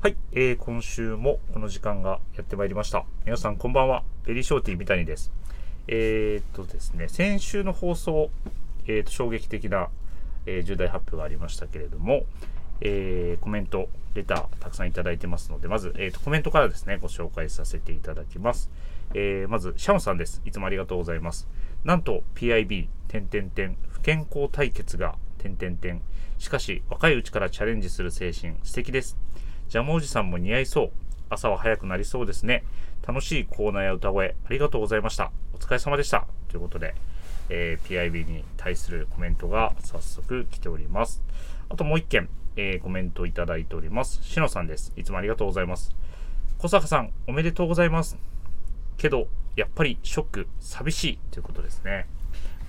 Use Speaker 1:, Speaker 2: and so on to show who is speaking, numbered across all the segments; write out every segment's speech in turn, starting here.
Speaker 1: はい、えー今週もこの時間がやってまいりました。皆さんこんばんは、ペリーショーティー三谷です。えーっとですね、先週の放送、えーっと衝撃的な、えー重大発表がありましたけれども、えーコメント、レター、たくさんいただいてますので、まず、えーっとコメントからですね、ご紹介させていただきます。えーまず、シャオンさんです。いつもありがとうございます。なんと PIB、点点点、不健康対決が、点点点。しかし、若いうちからチャレンジする精神、素敵です。ジャムおじさんも似合いそう。朝は早くなりそうですね。楽しいコーナーや歌声、ありがとうございました。お疲れ様でした。ということで、えー PIB に対するコメントが早速来ております。あともう一件、えーコメントいただいております。しのさんです。いつもありがとうございます。小坂さん、おめでとうございます。けど、やっぱりショック、寂しいということですね。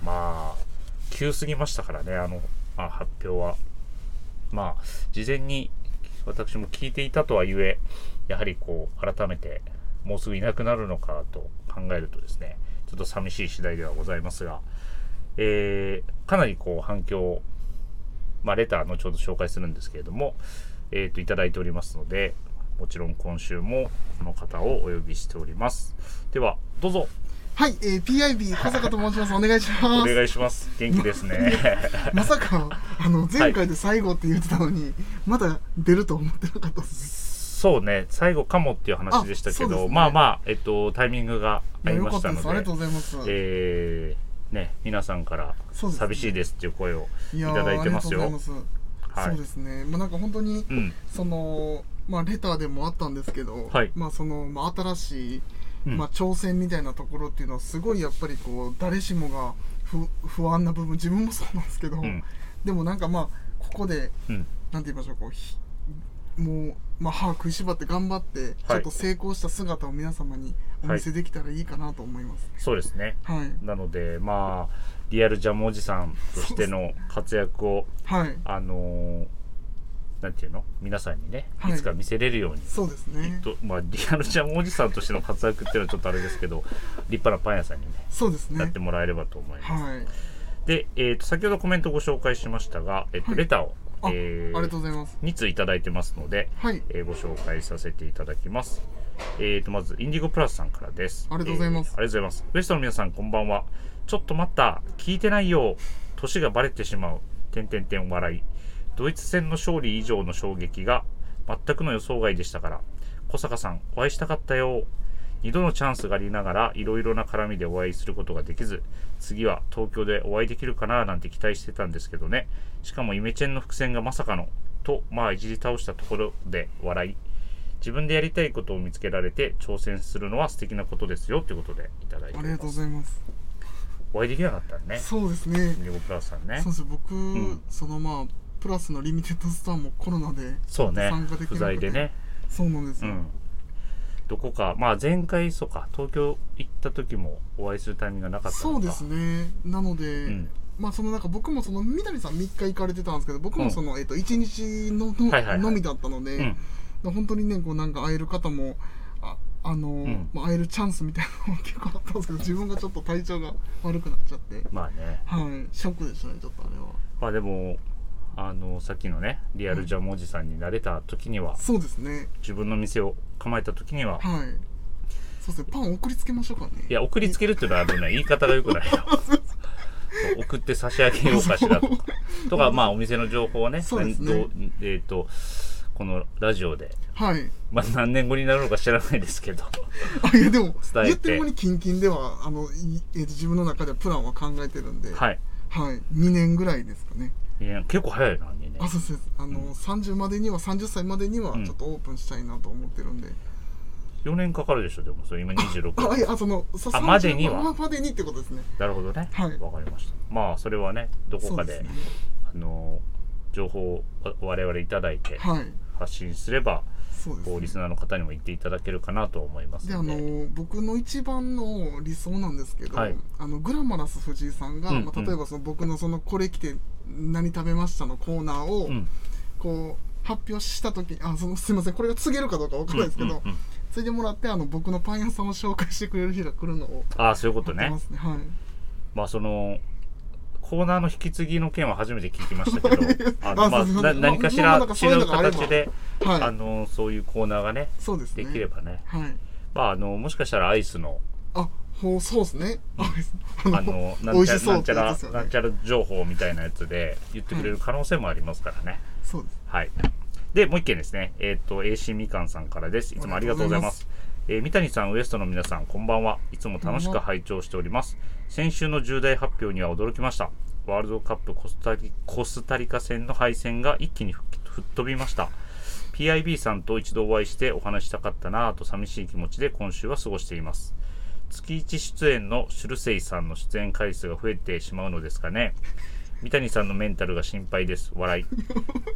Speaker 1: まあ、急すぎましたからね、あの、まあ、発表は。まあ、事前に私も聞いていたとはいえ、やはりこう、改めて、もうすぐいなくなるのかと考えるとですね、ちょっと寂しい次第ではございますが、えーかなりこう、反響、まあ、レター、後ほど紹介するんですけれども、えっ、と、いただいておりますので、もちろん今週もこの方をお呼びしております。では、どうぞ、
Speaker 2: はい、えー、PIB 小坂と申します。お願いし
Speaker 1: お
Speaker 2: ます。
Speaker 1: 願いします。元気です ね。
Speaker 2: まさか、あの、前回で最後って言ってたのに、まだ出ると思ってなかったです。
Speaker 1: そうね、最後かもっていう話でしたけ
Speaker 2: あそうで
Speaker 1: ど、
Speaker 2: すね
Speaker 1: まあまあ、えっと、タイミングが
Speaker 2: い
Speaker 1: 合
Speaker 2: や
Speaker 1: い
Speaker 2: よ
Speaker 1: ま
Speaker 2: か
Speaker 1: し
Speaker 2: ったたです。あ
Speaker 1: ので
Speaker 2: りがと、うございます。
Speaker 1: えーね、皆さんから
Speaker 2: そうですね
Speaker 1: 寂しいですっていう声をい
Speaker 2: やー
Speaker 1: ただいてます
Speaker 2: あり
Speaker 1: よ
Speaker 2: が。とうございます。
Speaker 1: はい
Speaker 2: そうですね。まあ、なんか本当に、
Speaker 1: うん、
Speaker 2: その、まあ、レターでもあったんですけど、
Speaker 1: はい
Speaker 2: まあ、その、まあ、新しい、
Speaker 1: うん
Speaker 2: まあ、挑戦みたいなところっていうのは、すごいやっぱりこう、誰しもが不不安な部分、自分もそうなんですけど、
Speaker 1: うん、
Speaker 2: でもなんかまあ、ここで、
Speaker 1: うん、
Speaker 2: なんて言いましょうこうひもう、まあ、歯を食いしばって頑張って、ちょっと成功した姿を皆様にお見せできたらいいかなと思います。
Speaker 1: そうですね。
Speaker 2: はい、
Speaker 1: なので、まあ、リアルジャムおじさんとしての活躍を、
Speaker 2: はい、
Speaker 1: あのーなんていうの皆さんにね、
Speaker 2: はい
Speaker 1: いつか見せれるように。
Speaker 2: そうですね。
Speaker 1: とまあ、リアルジャムおじさんとしての活躍っていうのはちょっとあれですけど立派なパン屋さんにね
Speaker 2: そうです
Speaker 1: やっ
Speaker 2: ね
Speaker 1: て。もらえればと思います。
Speaker 2: はい、
Speaker 1: で、えー、と先ほどコメントご紹介しましたが、えっと
Speaker 2: はい
Speaker 1: レターを、
Speaker 2: あ、
Speaker 1: え
Speaker 2: ありがとう
Speaker 1: ー、
Speaker 2: ございます。
Speaker 1: 2通いただいてますので、
Speaker 2: はい、
Speaker 1: えーご紹介させていただきます。えー、とまず、インディゴプラスさんからです。
Speaker 2: ありがとうございます
Speaker 1: えーありがとうございます。ウエストの皆さん、こんばんは。ちょっと待った、聞いてないよ。年がバレてしまう。てんてんてん笑い。ドイツ戦の勝利以上の衝撃が全くの予想外でしたから。小坂さん、お会いしたかったよ。二度のチャンスがありながら、いろいろな絡みでお会いすることができず、次は東京でお会いできるかななんて期待してたんですけどね。しかもイメチェンの伏線がまさかの、と、まあ、いじり倒したところで笑い。自分でやりたいことを見つけられて挑戦するのは素敵なことですよということでいただいて
Speaker 2: あ
Speaker 1: お
Speaker 2: り
Speaker 1: りま
Speaker 2: がとうご
Speaker 1: す。
Speaker 2: ざいます。
Speaker 1: お会いできなかったんね。
Speaker 2: そうですね
Speaker 1: イン。ディゴプラスさんね
Speaker 2: そう。です僕、
Speaker 1: ん
Speaker 2: そのまあプラスのリミテッドスターもコロナで、
Speaker 1: そうね
Speaker 2: 参加できな。くて
Speaker 1: 不在でね。
Speaker 2: そうなんです
Speaker 1: う
Speaker 2: よ。
Speaker 1: ん。どこか、まあ前回そうか、東京行った時もお会いするタイミングがなかったの
Speaker 2: そ
Speaker 1: か。
Speaker 2: うですね。なので、
Speaker 1: うん
Speaker 2: まあそのなんか僕もその三谷さん3日行かれてたんですけど僕もその、えっと1日のの,、
Speaker 1: はいはいはい
Speaker 2: みだったので、
Speaker 1: うん。
Speaker 2: 本当にねこうなんか会える方もああの、
Speaker 1: ん
Speaker 2: まあ、会えるチャンスみたいなのも結構あったんですけど自分がちょっと体調が悪くなっちゃって
Speaker 1: まあね。
Speaker 2: はいショックでしたねちょっとあれは
Speaker 1: まあでも、あの、さっきのね、リアルジャムおじさんになれた時には、
Speaker 2: そうですね
Speaker 1: 自分の店を構えた時には、
Speaker 2: はいそうですねパン送りつけましょうかね
Speaker 1: いや、送りつけるっていうのはあのね、言い方が良く ないよ。そう送って差し上げようかしら とか。とか、まあ、お店の情報をね、
Speaker 2: そうですね
Speaker 1: どうえっ、と、このラジオで、
Speaker 2: はい
Speaker 1: まあ、何年後になるのか知らないですけど、
Speaker 2: あいやでも
Speaker 1: 伝えて
Speaker 2: 言ってる間にキンキンではあの、いえっと自分の中ではプランは考えてるんで、
Speaker 1: はい。
Speaker 2: はい、2年ぐらいですかね
Speaker 1: いや結構早いな、2年
Speaker 2: あ。そうですあの、
Speaker 1: うん
Speaker 2: 30までには30歳までには
Speaker 1: うん
Speaker 2: ちょっとオープンしたいなと思ってるんで、
Speaker 1: 4年かかるでしょ、でも、それ今
Speaker 2: ああいや
Speaker 1: 26。
Speaker 2: あそのさ
Speaker 1: あ
Speaker 2: 30
Speaker 1: までには
Speaker 2: ままでにってことですね
Speaker 1: なるほどね。
Speaker 2: はい
Speaker 1: わかりました。まあ、それはね、どこ
Speaker 2: そう
Speaker 1: か
Speaker 2: で、
Speaker 1: です
Speaker 2: ね
Speaker 1: あの、情報を我々いただいて、
Speaker 2: はい
Speaker 1: 発信すれば、
Speaker 2: そうです、
Speaker 1: こう、リス
Speaker 2: ね、
Speaker 1: ナーの方にも言っていただけるかなと思います
Speaker 2: であ
Speaker 1: ので。
Speaker 2: の僕の一番の理想なんですけど、
Speaker 1: はい
Speaker 2: あのグラマラス藤井さんが、
Speaker 1: うん
Speaker 2: ま
Speaker 1: う
Speaker 2: あ、
Speaker 1: ん
Speaker 2: 例えばその僕のその「これ来て何食べました」のコーナーを、
Speaker 1: うん。
Speaker 2: こう発表した時あそのすいませんこれが告げるかどうかわからないですけど、
Speaker 1: うんうんうん
Speaker 2: ついでもらってあの僕のパン屋さんを紹介してくれる日が来るのを
Speaker 1: ああ、そういうこと
Speaker 2: 待って
Speaker 1: ね
Speaker 2: ま。すねはい
Speaker 1: まあそのコーナーの引き継ぎの件は初めて聞きましたけどあの
Speaker 2: あ
Speaker 1: まあ
Speaker 2: そうそう
Speaker 1: な何かしら
Speaker 2: まあまあなんかそう
Speaker 1: 違
Speaker 2: いう
Speaker 1: う
Speaker 2: のがあれば
Speaker 1: 形で
Speaker 2: はい
Speaker 1: あのそういうコーナーがね
Speaker 2: そうですね
Speaker 1: できればね
Speaker 2: はい
Speaker 1: まああのもしかしたらアイスの
Speaker 2: あほうそうですねあ
Speaker 1: あのな
Speaker 2: 美
Speaker 1: ん
Speaker 2: 味
Speaker 1: ちゃ
Speaker 2: しそう
Speaker 1: なん
Speaker 2: って
Speaker 1: ちゃ
Speaker 2: や
Speaker 1: ら
Speaker 2: つですよ
Speaker 1: なん
Speaker 2: ね
Speaker 1: ちゃら情報みたいなやつで言ってくれる可能性もありますからね、
Speaker 2: そうです
Speaker 1: はい。で、もう一件ですね。えっ、と、AC みかんさんからです。いつもありがとうございます。えー三谷さん、ウエストの皆さん、こんばんは。いつも楽しく拝聴しております。先週の重大発表には驚きました。ワールドカップコスタリコスタリカ戦の敗戦が一気に吹き吹っ飛びました。PIB さんと一度お会いしてお話したかったなぁと寂しい気持ちで今週は過ごしています。月一出演のシュルセイさんの出演回数が増えてしまうのですかね。三谷さんのメンタルが心配です。笑い。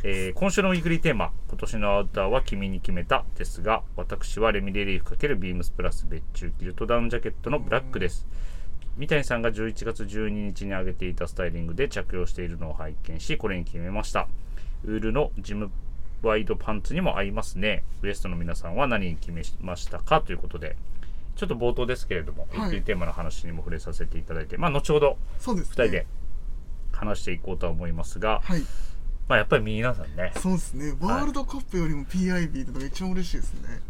Speaker 1: えー今週のウィークリーテーマ、今年のアウターは君に決めたですが、私はレミレリーフ×ビームスプラス別注キルトダウンジャケットのブラックです。三谷さんが11月12日に上げていたスタイリングで着用しているのを拝見し、これに決めました。ウールのジムワイドパンツにも合いますね。ウエストの皆さんは何に決めましたかということで、ちょっと冒頭ですけれども、
Speaker 2: い
Speaker 1: ウィークリーテーマの話にも触れさせていただいて、まあ、後ほど
Speaker 2: そうです、ね、
Speaker 1: 2人で話していこうとは思いますが、
Speaker 2: はい
Speaker 1: まあ、やっぱり皆さんね、
Speaker 2: そうですねワールドカップよりも PIB ってのが一番嬉しいですね、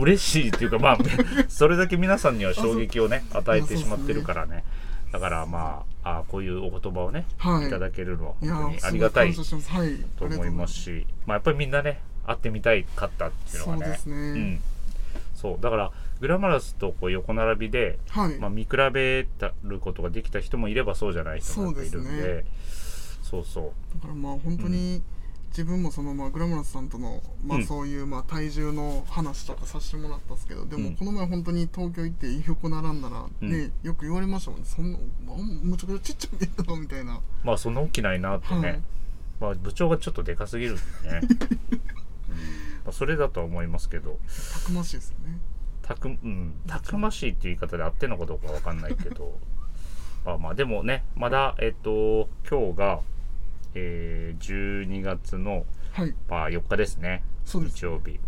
Speaker 1: 嬉しいっていうかまあ それだけ皆さんには衝撃をね与えてしまってるからねだからまああこういうお言葉をね、
Speaker 2: はい
Speaker 1: い、ただけるのは本当
Speaker 2: いや
Speaker 1: に
Speaker 2: ー
Speaker 1: ありがたい
Speaker 2: すご感謝してますはい
Speaker 1: と思いますしまあ、やっぱりみんなね会ってみたいかったっていうのがね
Speaker 2: そうですね
Speaker 1: ん、そうだからグラマラスとこう横並びで、
Speaker 2: ありがとうございますはい、
Speaker 1: まあ、見比べたることができた人もいればそうじゃない人もいるん
Speaker 2: そう
Speaker 1: で
Speaker 2: で
Speaker 1: そうそう
Speaker 2: だからまあ本当に自分もそのまあグラムラスさんとのま
Speaker 1: う
Speaker 2: あ
Speaker 1: ん
Speaker 2: そういうまあ体重の話とかさせてもらったんですけど、で
Speaker 1: う
Speaker 2: も
Speaker 1: ん
Speaker 2: この前本当に東京行っていい横並んだらね、よく言われましたもんねそんな、まあ、むちゃくちゃちっちゃいんだろみたいな
Speaker 1: まあそんな大きないなってね、
Speaker 2: はい
Speaker 1: まあ部長がちょっとでかすぎ るんでね、うんまあ、それだとは思いますけど
Speaker 2: たくましいですよね
Speaker 1: たく,、うん、たくましいっていう言い方で合ってんのかどうかわかんないけどまあまあでもねまだえっと今日が、えー12月の、
Speaker 2: はい
Speaker 1: まあ、4日ですね
Speaker 2: そうです
Speaker 1: 日曜日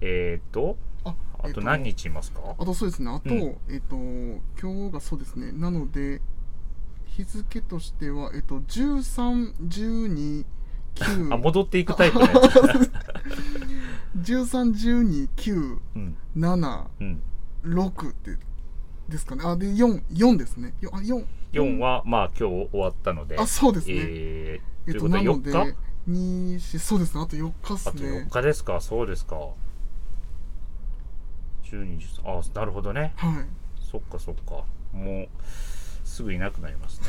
Speaker 1: えっと
Speaker 2: あ
Speaker 1: あ
Speaker 2: えっ
Speaker 1: と何日いますか、
Speaker 2: あとそうですねあと、
Speaker 1: うん
Speaker 2: えっ、と今日がそうですねなので日付としてはえっ、と1312 9
Speaker 1: あ戻っていくタイプのや つ、
Speaker 2: 13、12、9、
Speaker 1: うん
Speaker 2: 7、
Speaker 1: うん、
Speaker 2: 6ってですかねあで4四ですねよあ四
Speaker 1: 4はまあ今日終わったので
Speaker 2: あそうですね、
Speaker 1: えーと
Speaker 2: え
Speaker 1: い
Speaker 2: っ
Speaker 1: う
Speaker 2: と
Speaker 1: こと
Speaker 2: な
Speaker 1: は
Speaker 2: の
Speaker 1: 4
Speaker 2: で
Speaker 1: 日
Speaker 2: 2しそうですねあと4日っす
Speaker 1: あと4
Speaker 2: ね
Speaker 1: 日ですか、そうですか。12、13、あ、なるほどね。
Speaker 2: はい
Speaker 1: そっかそっか。もう、すぐいなくなりますね。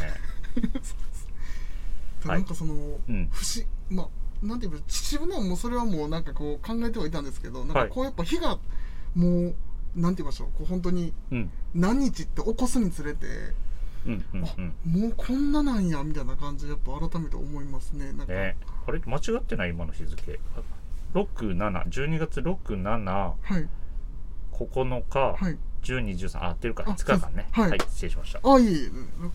Speaker 2: で
Speaker 1: はい
Speaker 2: なんかその、
Speaker 1: うん
Speaker 2: 不思まあなんていうか秩父のもうそれはもうなんかこう考えてはいたんですけどなん
Speaker 1: は
Speaker 2: か
Speaker 1: い
Speaker 2: こうやっぱ火がもうなんて言いましょうこう本当に
Speaker 1: うん、
Speaker 2: 何日って起こすにつれて、
Speaker 1: うん、うん、
Speaker 2: あ
Speaker 1: うん。
Speaker 2: もうこんななんやみたいな感じでやっぱ改めて思いますねなんか、
Speaker 1: ねあれ間違ってない今の日付。あ6、7、12月6、7、
Speaker 2: はい
Speaker 1: 9日、
Speaker 2: はい
Speaker 1: 12、13、あ、合ってるか、
Speaker 2: あ
Speaker 1: 5日間ね。
Speaker 2: そうですはい
Speaker 1: はい、失礼しました。
Speaker 2: あいえいえ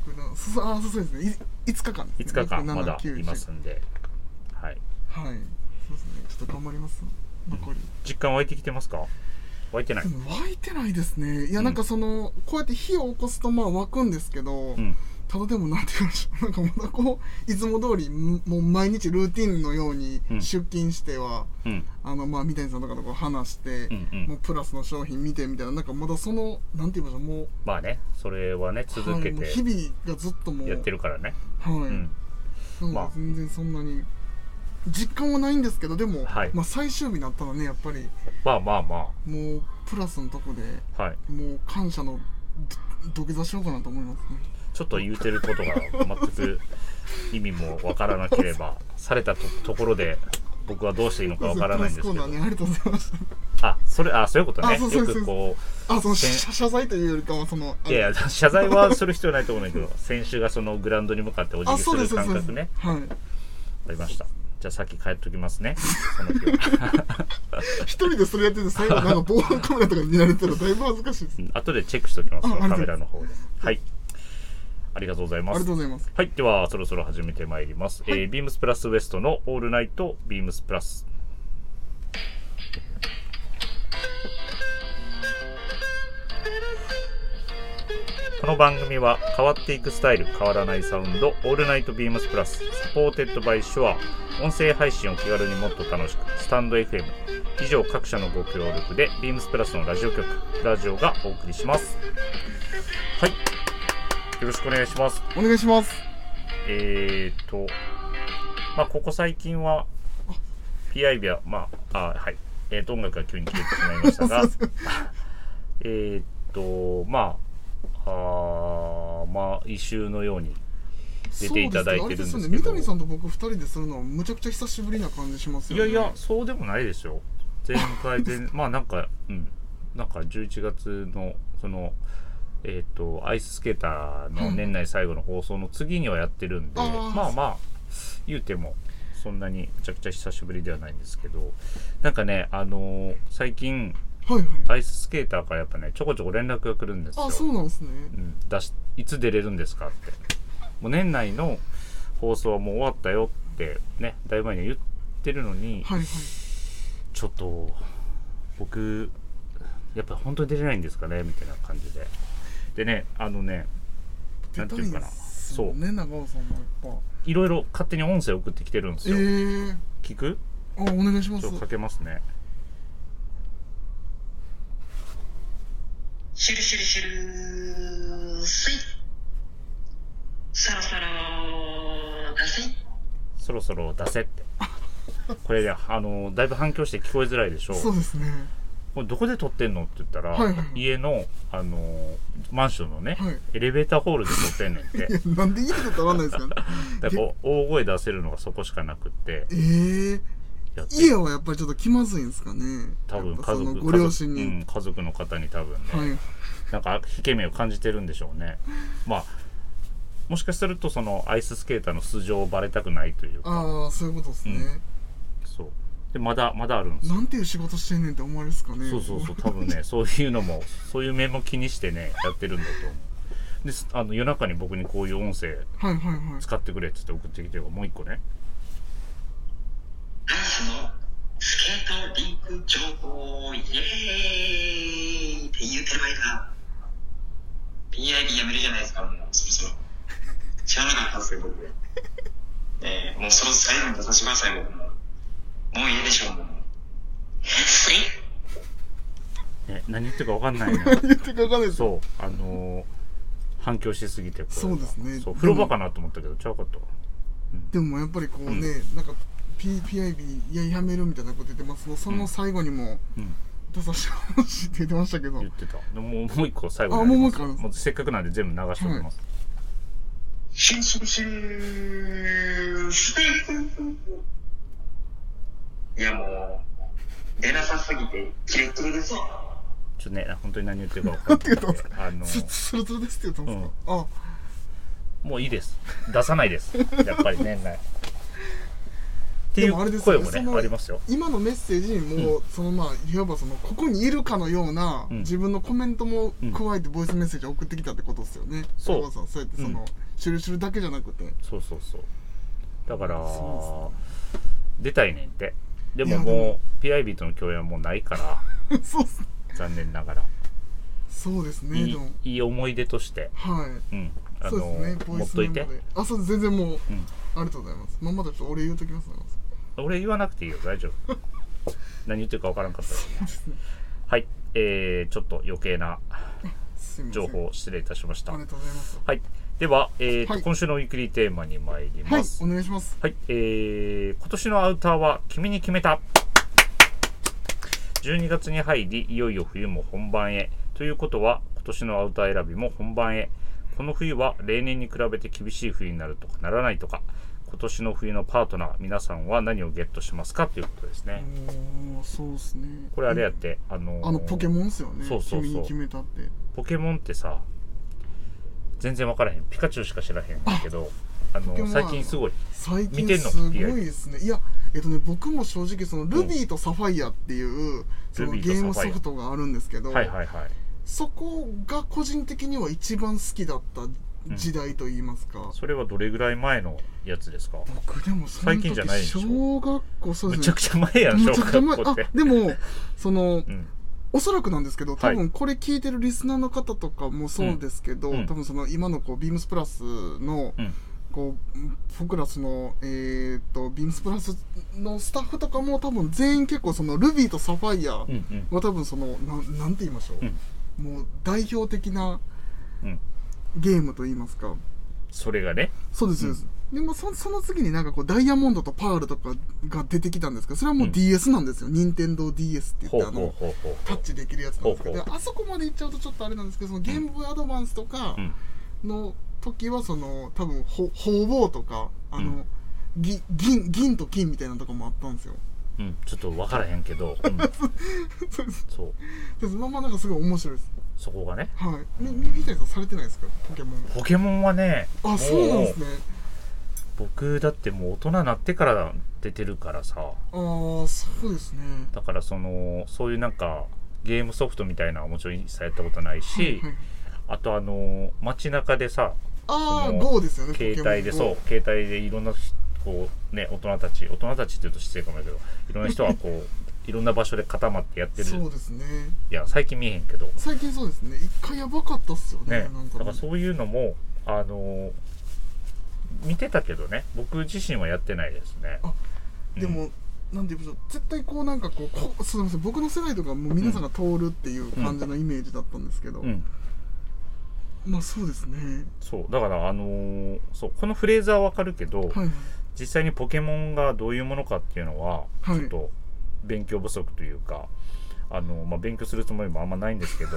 Speaker 2: 六なすすあそうですねい5日間です、ね、
Speaker 1: 5日間
Speaker 2: 六
Speaker 1: まだ
Speaker 2: 七九
Speaker 1: いますんで、はい。
Speaker 2: はい。そうですね。ちょっと頑張ります。残り。
Speaker 1: 実感湧いてきてますか湧いてない
Speaker 2: で。も湧いてないですね。いや、
Speaker 1: うん
Speaker 2: なんかその、こうやって火を起こすとまあ湧くんですけど、
Speaker 1: うん。
Speaker 2: ただでもなんて言うんでしょう。なんか まだこう、いつも通り、んもう毎日ルーティンのように
Speaker 1: うん
Speaker 2: 出勤しては、
Speaker 1: うん。
Speaker 2: あの、まあ、三谷さんとかとこう話して、
Speaker 1: うんうん
Speaker 2: もうプラスの商品見てみたいな、なんかまだその、なんて言いましょう、もう、
Speaker 1: まあね、それはね、続け
Speaker 2: はいもう
Speaker 1: て
Speaker 2: 日々がずっともう、
Speaker 1: やってるからね。
Speaker 2: はい。
Speaker 1: うん。ま
Speaker 2: なの
Speaker 1: あ
Speaker 2: で全然そんなに、実感はないんですけど、でも、
Speaker 1: はい
Speaker 2: まあ最終日になったらね、やっぱり、
Speaker 1: まあまあま
Speaker 2: もうプラスのとこで
Speaker 1: あ。はい。
Speaker 2: もう感謝のど土下座しようかなと思いますね
Speaker 1: ちょっと言うてることが全く意味もわからなけれ ば、されたとところで僕はどうしていいのかわからないんですけ
Speaker 2: プラスコーナ
Speaker 1: ど
Speaker 2: ー、ねありがとうございまし
Speaker 1: あ、それ、あ、そういうことね。
Speaker 2: あそうそう
Speaker 1: よ
Speaker 2: そう
Speaker 1: くこ
Speaker 2: たあその
Speaker 1: せん
Speaker 2: 謝謝罪というよりかはそのあ
Speaker 1: う、いやいや、謝罪はする必要ないと思うんだけど、選手がそのグラウンドに向かってお辞儀
Speaker 2: あ
Speaker 1: す
Speaker 2: そうで
Speaker 1: る
Speaker 2: すそう
Speaker 1: 感
Speaker 2: です
Speaker 1: 覚ね。
Speaker 2: はい
Speaker 1: ありました。じゃあさっき帰っときます ね。その日は
Speaker 2: 一人でそれやってて最後なんか防犯カメラとかに見られたらだいぶ恥ずかしいです
Speaker 1: うん後でチェックしておきますよ、
Speaker 2: ああり
Speaker 1: カ
Speaker 2: が
Speaker 1: メラ
Speaker 2: とうござい
Speaker 1: の
Speaker 2: ます
Speaker 1: 方で。はい。 ありがとうござい
Speaker 2: あ
Speaker 1: ま
Speaker 2: りが
Speaker 1: す
Speaker 2: とう。ございます
Speaker 1: はい、ではそろそろ始めてまいります。えービームスプラスウエストのオールナイトビームスプラス。この番組は変わっていくスタイル変わらないサウンドオールナイトビームスプラスサポーテッドバイシュア音声配信を気軽にもっと楽しくスタンド FM 以上各社のご協力でビームスプラスのラジオ局ラジオがお送りしますはいよろしくお願いします
Speaker 2: お願いします
Speaker 1: えー、っとまあここ最近は PIB はまああはいえーっと音楽が急に消えてしまいましたがえーっとまああーまあ異臭のように出ていただいてるんですけど
Speaker 2: そうねあれよね三谷さんと僕二人でするのはむちゃくちゃ久しぶりな感じします
Speaker 1: い
Speaker 2: よ
Speaker 1: や
Speaker 2: ね
Speaker 1: いや、そうでもないですよ。前回前、 まあなんか、うん、なんか11月の、その、えっ、と、アイススケーターの年内最後の放送の次にはやってるんで、
Speaker 2: あー
Speaker 1: まあまあ、言うても、そんなにめちゃくちゃ久しぶりではないんですけど、なんかね、あのー最近、
Speaker 2: はいはい
Speaker 1: アイススケーターからやっぱね、ちょこちょこ連絡が来るんですよ。
Speaker 2: あそうなんですね
Speaker 1: うん、出しいつ出れるんですかってもう年内の放送はもう終わったよってねだいぶ前には言ってるのに、
Speaker 2: はいはい
Speaker 1: ちょっと僕やっぱり本当に出れないんですかねみたいな感じででねあのねなんていうかな
Speaker 2: そ
Speaker 1: そう
Speaker 2: うね長尾さんもやっぱ
Speaker 1: いろいろ勝手に音声送ってきてるんです
Speaker 2: ええ
Speaker 1: よ、
Speaker 2: ー、
Speaker 1: 聞く
Speaker 2: あお願いしま
Speaker 1: ち
Speaker 2: す
Speaker 1: ょっとかけますね
Speaker 3: シュルシュルシュルスイサラサラだせ
Speaker 1: そろそろ出せ ってこれねあのだいぶ反響して聞こえづらいでしょ
Speaker 2: そうですね
Speaker 1: これどこで撮ってんのって言ったら、
Speaker 2: はいはいはい
Speaker 1: 家の、あのーマンションのね、
Speaker 2: はい
Speaker 1: エレベーターホールで撮ってんねん って
Speaker 2: いやなんでいいこと取らないですかね
Speaker 1: だからこう大声出せるのがそこしかなくって
Speaker 2: ええー、
Speaker 1: やって
Speaker 2: 家はやっぱりちょっと気まずいんですかね
Speaker 1: 多分
Speaker 2: やっ
Speaker 1: 家
Speaker 2: ぱその
Speaker 1: 族
Speaker 2: ご両親
Speaker 1: 家族,、う
Speaker 2: に、
Speaker 1: ん、家族の方に多分ね、
Speaker 2: はい
Speaker 1: なんか引け目を感じてるんでしょうねまあもしかするとそのアイススケーターの素性をバレたくないというか
Speaker 2: ああそういうことですね、
Speaker 1: そうでまだまだあるんですよ
Speaker 2: なんていう仕事してんねんって思われるっすかね
Speaker 1: そうそうそう多分 ねそういうのもそういう面も気にしてねやってるんだと思うですあの夜中に僕にこういう音声
Speaker 2: はいはいはい
Speaker 1: 使ってくれっつって送ってきてるからもう一個ね
Speaker 3: ダンスのスケートリンク情報イエーイって言うてる場合か PIB やめるじゃないですかもうそろそろ知らなかったんですよ僕えー、もうそろそろ最後に出させてください僕ももういいでしょうもうスイ
Speaker 1: ね何 言ってるか分かん ないな
Speaker 2: 言ってかかんないです
Speaker 1: そうあのー反響しすぎてこれが
Speaker 2: そうですね
Speaker 1: そう風呂場かなと思ったけどちゃうかったわ
Speaker 2: でもやっぱりこうね、なんか PPIB いややめるみたいなこと言ってますもうその最後にも
Speaker 1: うん
Speaker 2: 出させてほしいって言ってましたけど、
Speaker 1: 言ってたでももうもう一個最後
Speaker 2: あ
Speaker 1: になります
Speaker 2: もうもう一個あるんです
Speaker 1: もうせっかくなんで全部流しておきます、
Speaker 3: シュルシュルシュルステーキいやもう出なさすぎてキレッキレですわ
Speaker 1: ちょっとね本当に何言ってるか分かんないんであの
Speaker 2: つ
Speaker 1: ー
Speaker 2: ツルツルですって言ったんですか、あ
Speaker 1: もういいです出さないですやっぱり年内ってい
Speaker 2: でもあれで
Speaker 1: う
Speaker 2: す
Speaker 1: 声
Speaker 2: よね
Speaker 1: もね
Speaker 2: その
Speaker 1: ありますよ
Speaker 2: 今のメッセージにも、そのまあいわばそのここにいるかのような、
Speaker 1: うん
Speaker 2: 自分のコメントも
Speaker 1: うん
Speaker 2: 加えてボイスメッセージを送ってきたってことですよね、
Speaker 1: そう
Speaker 2: 山田さんそうやってその、
Speaker 1: うん
Speaker 2: シュルシュルだけじゃなくて
Speaker 1: そうそうそうだから
Speaker 2: そ
Speaker 1: 出たいねんってで
Speaker 2: いや
Speaker 1: も
Speaker 2: で
Speaker 1: も
Speaker 2: も
Speaker 1: う PIB との共演はもうないから
Speaker 2: そうっす
Speaker 1: 残念ながら
Speaker 2: そうですね
Speaker 1: いい
Speaker 2: でも
Speaker 1: いい思い出として、
Speaker 2: はい
Speaker 1: うん、あ
Speaker 2: そ
Speaker 1: の
Speaker 2: うですねボ
Speaker 1: 持
Speaker 2: イ
Speaker 1: っ
Speaker 2: ス
Speaker 1: と
Speaker 2: メ
Speaker 1: い
Speaker 2: モ
Speaker 1: て
Speaker 2: で、あそう全然もう
Speaker 1: うん、
Speaker 2: ありがとうございますまんまだちょっとお礼言うときますね
Speaker 1: 俺言わなくていいよ大丈夫 何言ってるか分からんかったよ
Speaker 2: すい
Speaker 1: はいえー、ちょっと余計な
Speaker 2: ません
Speaker 1: 情報を失礼いたしました
Speaker 2: ありがとうございます
Speaker 1: はいでは、えーと
Speaker 2: はい
Speaker 1: 今週のウィークリーテーマに参り
Speaker 2: はい
Speaker 1: ます、
Speaker 2: お願いします
Speaker 1: はい、えー、今年のアウターは君に決めた12月に入りいよいよ冬も本番へということは今年のアウター選びも本番へこの冬は例年に比べて厳しい冬になるとかならないとか今年の冬のパートナー皆さんは何をゲットしますかということですね、
Speaker 2: おーそうですね
Speaker 1: これあれやって、あのー
Speaker 2: あのポケモンっすよね
Speaker 1: そうそうそう
Speaker 2: 君に決めたって
Speaker 1: ポケモンってさ全然分からへんピカチュウしか知らへんけどあの
Speaker 2: ポケモンは
Speaker 1: 最近すごい
Speaker 2: 最
Speaker 1: 見て
Speaker 2: 近
Speaker 1: んの
Speaker 2: すごいですねいやえっとね僕も正直そのルビーとサファイアっていう、その
Speaker 1: ルビー
Speaker 2: ゲ
Speaker 1: とサ
Speaker 2: ー
Speaker 1: ファイア
Speaker 2: ムソフトがあるんですけど、
Speaker 1: はいはいはい
Speaker 2: そこが個人的には一番好きだった時代といいますか、
Speaker 1: それはどれぐらい前のやつですか
Speaker 2: 僕でもその
Speaker 1: 最近じゃないで
Speaker 2: 時
Speaker 1: しょ
Speaker 2: 小学校そう
Speaker 1: む
Speaker 2: です
Speaker 1: ちゃ
Speaker 2: ね
Speaker 1: くちゃ前やん小
Speaker 2: むちゃくちゃ前
Speaker 1: 学校って
Speaker 2: あでもその
Speaker 1: うん
Speaker 2: おそらくなんですけど
Speaker 1: は
Speaker 2: 多
Speaker 1: い
Speaker 2: 分これ聞いてるリスナーの方とかもそうですけど、
Speaker 1: うん
Speaker 2: 多分その今のこうビームスプラスの
Speaker 1: うん
Speaker 2: こう僕らそのえーっとビームスプラスのスタッフとかも多分全員結構そのルビーとサファイア
Speaker 1: うんうん
Speaker 2: は多分そのなんなんて言いましょう、もう代表的な
Speaker 1: うん
Speaker 2: ゲームと言いますか
Speaker 1: それがね
Speaker 2: そうです、
Speaker 1: うん
Speaker 2: そうですでまあ、そその次になんかこうダイヤモンドとパールとかが出てきたんですけどそれはも
Speaker 1: う
Speaker 2: うん DS なんですよ、任天堂 d s って
Speaker 1: ほ
Speaker 2: 言
Speaker 1: う
Speaker 2: ってあの
Speaker 1: ほうほうほう
Speaker 2: タッチできるやつなんですけど
Speaker 1: ほうほ
Speaker 2: であそこまで行っちゃうとちょっとあれなんですけどそのゲームボーイアドバンスとか
Speaker 1: うん
Speaker 2: の時はその多分ほ方々とかあの、
Speaker 1: うん
Speaker 2: ぎ銀銀と金みたいなのとかもあったんですよ
Speaker 1: うんちょっと分からへんけど、うん
Speaker 2: そうです
Speaker 1: そう
Speaker 2: ですまあまあなんかすごい面白いです
Speaker 1: そこがね
Speaker 2: はいみみたいさんされてないですかポケモン
Speaker 1: ポケモンはね
Speaker 2: あそうなんですね
Speaker 1: もう僕だってもう大人になってから出てるからさ
Speaker 2: ああそうですね
Speaker 1: だからそのそういうなんかゲームソフトみたいなのはもちろん一切やったことないし、
Speaker 2: はいはい
Speaker 1: あとあの街中でさ
Speaker 2: あ
Speaker 1: そ
Speaker 2: あ
Speaker 1: の
Speaker 2: GO ですよね
Speaker 1: 携帯で
Speaker 2: ポケモ
Speaker 1: そ
Speaker 2: ン
Speaker 1: う携帯でいろんなこうね大人たち大人たちって言うと失礼かもやけどいろんな人はこ ういろんな場所で固まってやって
Speaker 2: GO
Speaker 1: る
Speaker 2: そうですね
Speaker 1: いや最近見えへんけど
Speaker 2: 最近そうですね一回やばかったっすよね
Speaker 1: ね
Speaker 2: なんか
Speaker 1: だからそういうのもあの見てたけどね僕自身はやってないですね
Speaker 2: あ
Speaker 1: うん
Speaker 2: でも、なんて言うんでしょう絶対こうなんかこうこうすみません僕の世代とかもう皆さんが通るっていう感じのイメージだったんですけど、
Speaker 1: うん
Speaker 2: まあそうですね
Speaker 1: そうだからあのーそうこのフレーズはわかるけど、
Speaker 2: はい
Speaker 1: 実際にポケモンがどういうものかっていうのは、
Speaker 2: はい
Speaker 1: ちょっと勉強不足というかあの、まあ、勉強するつもりもあんまないんですけ ど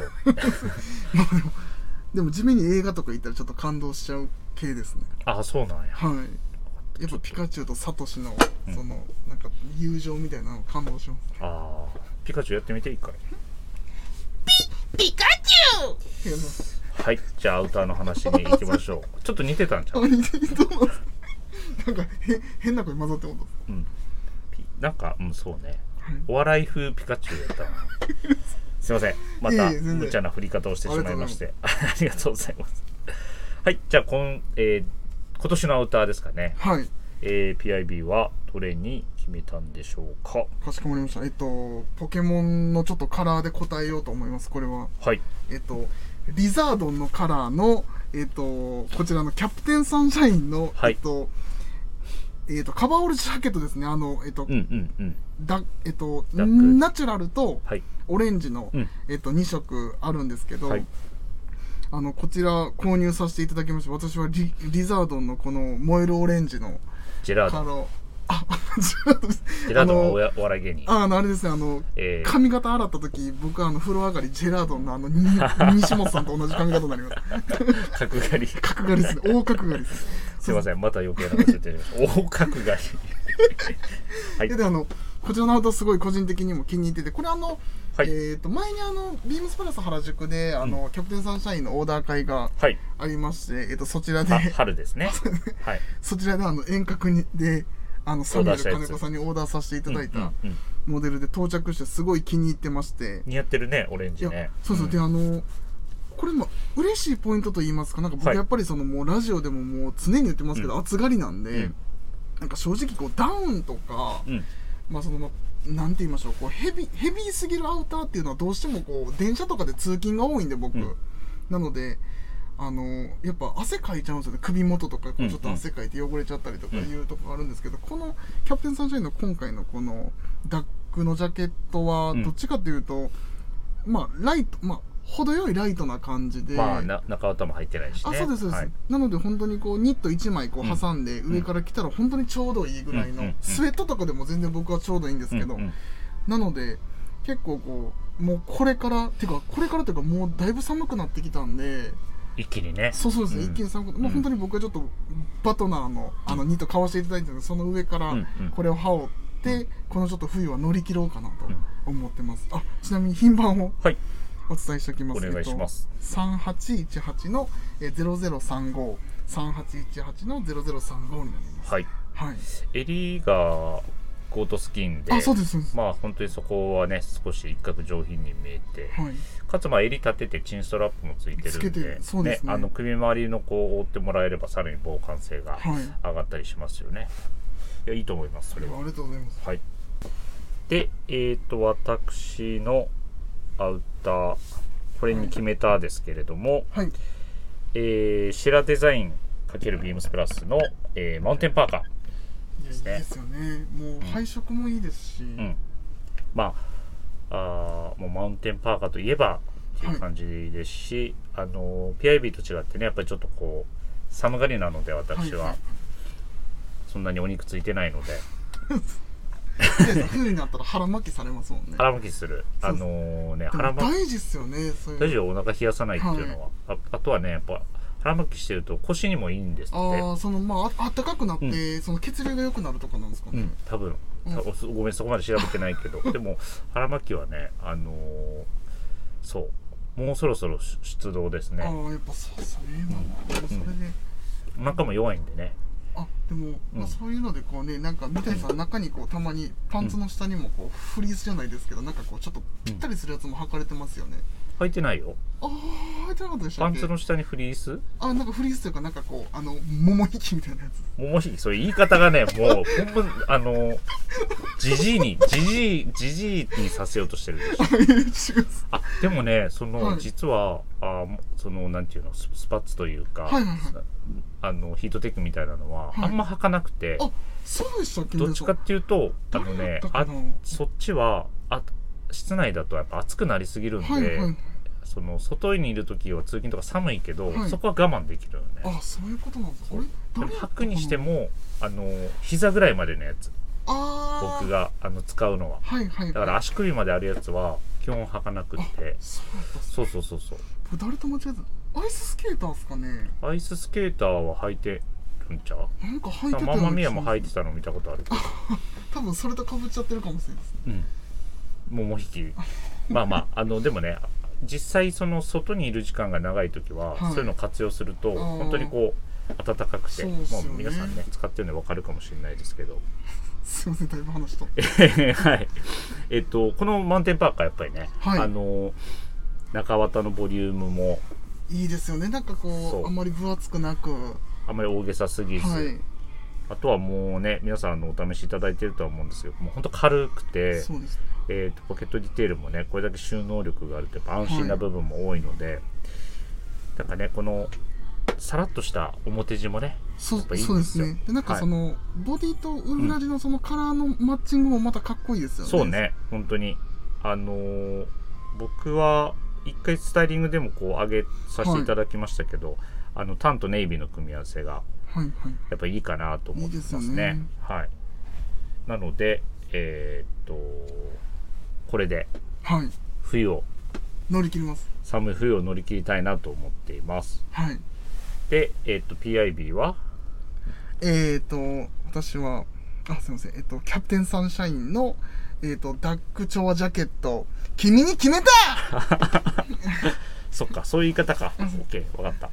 Speaker 2: でも地味に映画とか行ったらちょっと感動しちゃう系ですね
Speaker 1: ああそうなんや
Speaker 2: はいやっぱピカチュウとサトシの
Speaker 1: うん
Speaker 2: そのなんか友情みたいなの感動します
Speaker 1: ああピカチュウやってみて一回
Speaker 2: いやな
Speaker 1: はいじゃあアウターの話に行きましょ うちょっと似てたんちゃう
Speaker 2: あ、似てるどうなんですか なんかへ変な声混ざってもらっ
Speaker 1: うん、ピなんかうんそうね
Speaker 2: たはい
Speaker 1: お笑い風ピカチュウやったなすいませんま
Speaker 2: いえい
Speaker 1: た
Speaker 2: え全然
Speaker 1: 無茶な振り方をしてしまいましてありがとうございますはいじゃあこん、えー今年のアウターですかね
Speaker 2: はい
Speaker 1: えー PIB はどれに決めたんでしょうか
Speaker 2: かしこまりましたえっとポケモンのちょっとカラーで答えようと思いますこれは
Speaker 1: はい
Speaker 2: えっと、リザードンのカラーの、えっと、こちらのキャプテンサンシャインの、
Speaker 1: はい
Speaker 2: えっと、えっと、カバーオールジャケットですね。あの、えっと、
Speaker 1: うんうんうん
Speaker 2: だえっと、
Speaker 1: ダック
Speaker 2: ナチュラルと
Speaker 1: はい
Speaker 2: オレンジの、
Speaker 1: うん
Speaker 2: えっと、2色あるんですけど、
Speaker 1: はい
Speaker 2: あの、こちら購入させていただきまして、私はリリザードンのこの燃えるオレンジの
Speaker 1: ジェラー
Speaker 2: カラ
Speaker 1: ドン
Speaker 2: ー、あ、 違うです
Speaker 1: ジェラードンは
Speaker 2: あの
Speaker 1: おやお笑い芸人
Speaker 2: ああの、あれですね、あの、
Speaker 1: えー
Speaker 2: 髪型洗った時、僕はあの、風呂上がり、ジェラードンの あの、に西本さんと同じ髪型になります。
Speaker 1: 角刈り
Speaker 2: 角刈りですね。大角刈りです。
Speaker 1: すいませんまた余計なこと言ってる大角刈 りはい
Speaker 2: で、であの、こちらのアウトすごい個人的にも気に入ってて、これあの、
Speaker 1: はい
Speaker 2: えっ、と、前にあの、ビームスプラス原宿で、あの、キャプテンサンシャインのオーダー会が
Speaker 1: はい
Speaker 2: ありまして、えっ、と、そちら
Speaker 1: あ
Speaker 2: で、
Speaker 1: 春です ねはい
Speaker 2: そちらであの、遠隔に、で、あの、サミュエル金子さんにオーダーさせていただい
Speaker 1: うん
Speaker 2: た
Speaker 1: うんうん
Speaker 2: モデルで到着して、すごい気に入ってまして、
Speaker 1: 似合ってるねオレン
Speaker 2: い
Speaker 1: ジ
Speaker 2: や
Speaker 1: ね、
Speaker 2: そうそう、で、あの、これも嬉しいポイントと言いますか、なんか僕
Speaker 1: はい
Speaker 2: やっぱりその、もうラジオでももう常に言ってますけど、
Speaker 1: うん
Speaker 2: 暑がりなんで、
Speaker 1: うん
Speaker 2: なんか正直こう、ダウンとか、
Speaker 1: うん
Speaker 2: まあそのまあなんて言いましょうこうヘビヘビーすぎるアウターっていうのはどうしてもこう電車とかで通勤が多いんで
Speaker 1: う
Speaker 2: 僕、
Speaker 1: ん
Speaker 2: なのであのやっぱ汗かいちゃうんですよね首元とかこ
Speaker 1: うんう
Speaker 2: うんちょっと汗かいて汚れちゃったりとか
Speaker 1: うん
Speaker 2: いうとこがあるんですけど、この「キャプテンサンシャイン」の今回のこのダックのジャケットは
Speaker 1: うん
Speaker 2: どっちかというと、まあライトまあ程よいライトな感じで、
Speaker 1: まあな中綿も入ってないしね
Speaker 2: あそうですそうです、
Speaker 1: はい
Speaker 2: なので本当にこうニット1枚こ
Speaker 1: うん
Speaker 2: う挟んで上から来たら本当にちょうどいいぐらいの、
Speaker 1: うんうんうん
Speaker 2: スウェットとかでも全然僕はちょうどいいんですけど、
Speaker 1: うんうん
Speaker 2: なので結構こうもうこれからてかこれからというかもうだいぶ寒くなってきたんで
Speaker 1: 一気にね
Speaker 2: そうそうですね、
Speaker 1: うん
Speaker 2: 一気に寒く
Speaker 1: ん
Speaker 2: もう本当に僕はちょっとバトナーのあのニット買わせていただいてるんでその上から
Speaker 1: うんうん
Speaker 2: これを羽織って、このちょっと冬は乗り切ろうかなと
Speaker 1: うん
Speaker 2: 思ってます、あちなみに品番を
Speaker 1: はい
Speaker 2: お伝えしておきます
Speaker 1: お願いします、
Speaker 2: えっと、3818のえー0035 3818の0035になります
Speaker 1: はい
Speaker 2: はい
Speaker 1: 襟がゴートスキンで
Speaker 2: あそうですそうです
Speaker 1: まあ本当にそこはね少し一角上品に見えて
Speaker 2: はい
Speaker 1: かつまあ襟立ててチンストラップもついてるんで
Speaker 2: つけてるそうですね
Speaker 1: あの首周りのこう覆ってもらえればさらに防寒性が
Speaker 2: はい
Speaker 1: 上がったりしますよね、い、やいいと思いますそ
Speaker 2: あ
Speaker 1: れ
Speaker 2: り
Speaker 1: は
Speaker 2: がとうございます
Speaker 1: はいでえっ、と私のアウターこれに決めたですけれども、
Speaker 2: はい
Speaker 1: えーシェラデザイン×ビームスプラスの、えーマウンテンパーカー。
Speaker 2: いやいいですよねもう配色もいいですし、
Speaker 1: うんまあ、あーもうマウンテンパーカーといえばっていう感じですし、あの PIB と違ってねやっぱりちょっとこう寒がりなので私は、
Speaker 2: はい
Speaker 1: そんなにお肉ついてないので
Speaker 2: いや冬になったら腹巻きされますもんね
Speaker 1: 腹巻きする
Speaker 2: そ
Speaker 1: あ
Speaker 2: うです
Speaker 1: のね
Speaker 2: で
Speaker 1: 腹
Speaker 2: も
Speaker 1: 巻き
Speaker 2: 大事っすよねそういうの
Speaker 1: 大丈夫お腹冷やさないっていうのは、ああとはねやっぱ腹巻きしてると腰にもいいんですって
Speaker 2: ああそのまあああったかくなって、その血流が良くなるとかなんですか
Speaker 1: う
Speaker 2: ね、
Speaker 1: ん、多分、
Speaker 2: うん
Speaker 1: おすごめんそこまで調べてないけど でも腹巻きはねあのーそうもうそろそろ出出動です
Speaker 2: あ
Speaker 1: ね
Speaker 2: あやっぱそうっすねまあまあでもそれで、
Speaker 1: お腹も弱いんでね
Speaker 2: あでも、ま
Speaker 1: うん
Speaker 2: あ、そういうのでこうねなんか三谷さん中にこうたまにパンツの下にもこうフリースじゃないですけどなんかこうちょっとぴったりするやつも履かれてますよね、
Speaker 1: 履いてないよ
Speaker 2: ああ履いてなかったでした
Speaker 1: パ
Speaker 2: っ
Speaker 1: ン
Speaker 2: け
Speaker 1: ツの下にフリース
Speaker 2: あなんかフリースというかなんかこうあの桃引きみたいなや つ
Speaker 1: 桃引きそれ言い方がねもうほんまあのじじいにじじいじじいにさせようとしてるでしょ
Speaker 2: あいや違います
Speaker 1: あでもねその、
Speaker 2: はい
Speaker 1: 実はあそのなんていうのススパッツというか、
Speaker 2: はいはいはい
Speaker 1: あのヒートテックみたいなのは、
Speaker 2: はい
Speaker 1: あんま履かなくて
Speaker 2: あそうでしたっけ
Speaker 1: どっちかっていうとあのね
Speaker 2: どうだ
Speaker 1: あ
Speaker 2: ったかな
Speaker 1: そっちはあ室内だとやっぱ暑くなりすぎるんで、
Speaker 2: はいはい
Speaker 1: その外にいる時は通勤とか寒いけど、
Speaker 2: はい
Speaker 1: そこは我慢できるよね
Speaker 2: あそういうことなんですか
Speaker 1: そう
Speaker 2: あれ
Speaker 1: でも
Speaker 2: 誰
Speaker 1: 履
Speaker 2: だったか
Speaker 1: く
Speaker 2: な
Speaker 1: にしてもあの膝ぐらいまでのやつ
Speaker 2: あー
Speaker 1: 僕があの使うのは
Speaker 2: はいはいはい
Speaker 1: だから足首まであるやつは基本履かなくって
Speaker 2: そうだったっす
Speaker 1: そうそうそうそう
Speaker 2: これ誰と間違えたアイススケーターですかね
Speaker 1: アイススケーターは履いてるんちゃう
Speaker 2: なんか履いてたような
Speaker 1: マ
Speaker 2: 気
Speaker 1: マミヤも履い
Speaker 2: が
Speaker 1: てたの見たことあるけど
Speaker 2: 多分それとかぶっちゃってるかもしれないですね
Speaker 1: うん桃引きまあまああのでもね実際その外にいる時間が長い時は、
Speaker 2: はい
Speaker 1: そういうのを活用すると
Speaker 2: ー
Speaker 1: 本当にこう暖かくて
Speaker 2: そうっすよね
Speaker 1: もう皆さんね使ってるの分かるかもしれないです けど
Speaker 2: すいませんだいぶ話しとって
Speaker 1: はいえっとこのマウンテンパーカーやっぱりね、
Speaker 2: はい
Speaker 1: あの中綿のボリュームも
Speaker 2: いいですよねなんか
Speaker 1: そ
Speaker 2: こ
Speaker 1: う
Speaker 2: うあんまり分厚くなくは
Speaker 1: あまり大げさすぎず、
Speaker 2: い
Speaker 1: あとはもうね皆さんあのお試しいただいてるとは思うんですけどもう本当軽くて、
Speaker 2: そうです
Speaker 1: えーとポケットディテールもねこれだけ収納力があるとやっぱ安心な
Speaker 2: はい
Speaker 1: 部分も多いので、なんかねこのさらっとした表地もね
Speaker 2: そ
Speaker 1: やっぱ
Speaker 2: う
Speaker 1: いいん
Speaker 2: そうですね
Speaker 1: ですよ
Speaker 2: でなんかその、ボディと裏地のそのカラーのマッチングもまたかっこいいですよね
Speaker 1: そうね本当にあのー僕は一回スタイリングでもこう上げさせていただきましたけど、あのタンとネイビーの組み合わせが
Speaker 2: はいはい
Speaker 1: やっぱいいかなと思ってますね
Speaker 2: いいですよね
Speaker 1: はいなのでえーっとこれで
Speaker 2: はい
Speaker 1: 冬を
Speaker 2: 乗り切ります
Speaker 1: 寒い冬を乗り切りたいなと思っています
Speaker 2: はい
Speaker 1: で、えーっと PIB は
Speaker 2: えーと私はあすいませんえっ、とキャプテンサンシャインのえっ、とダック調和ジャケット君に決めた
Speaker 1: そっか、そういう言い方か。
Speaker 2: うん
Speaker 1: OK、わかった。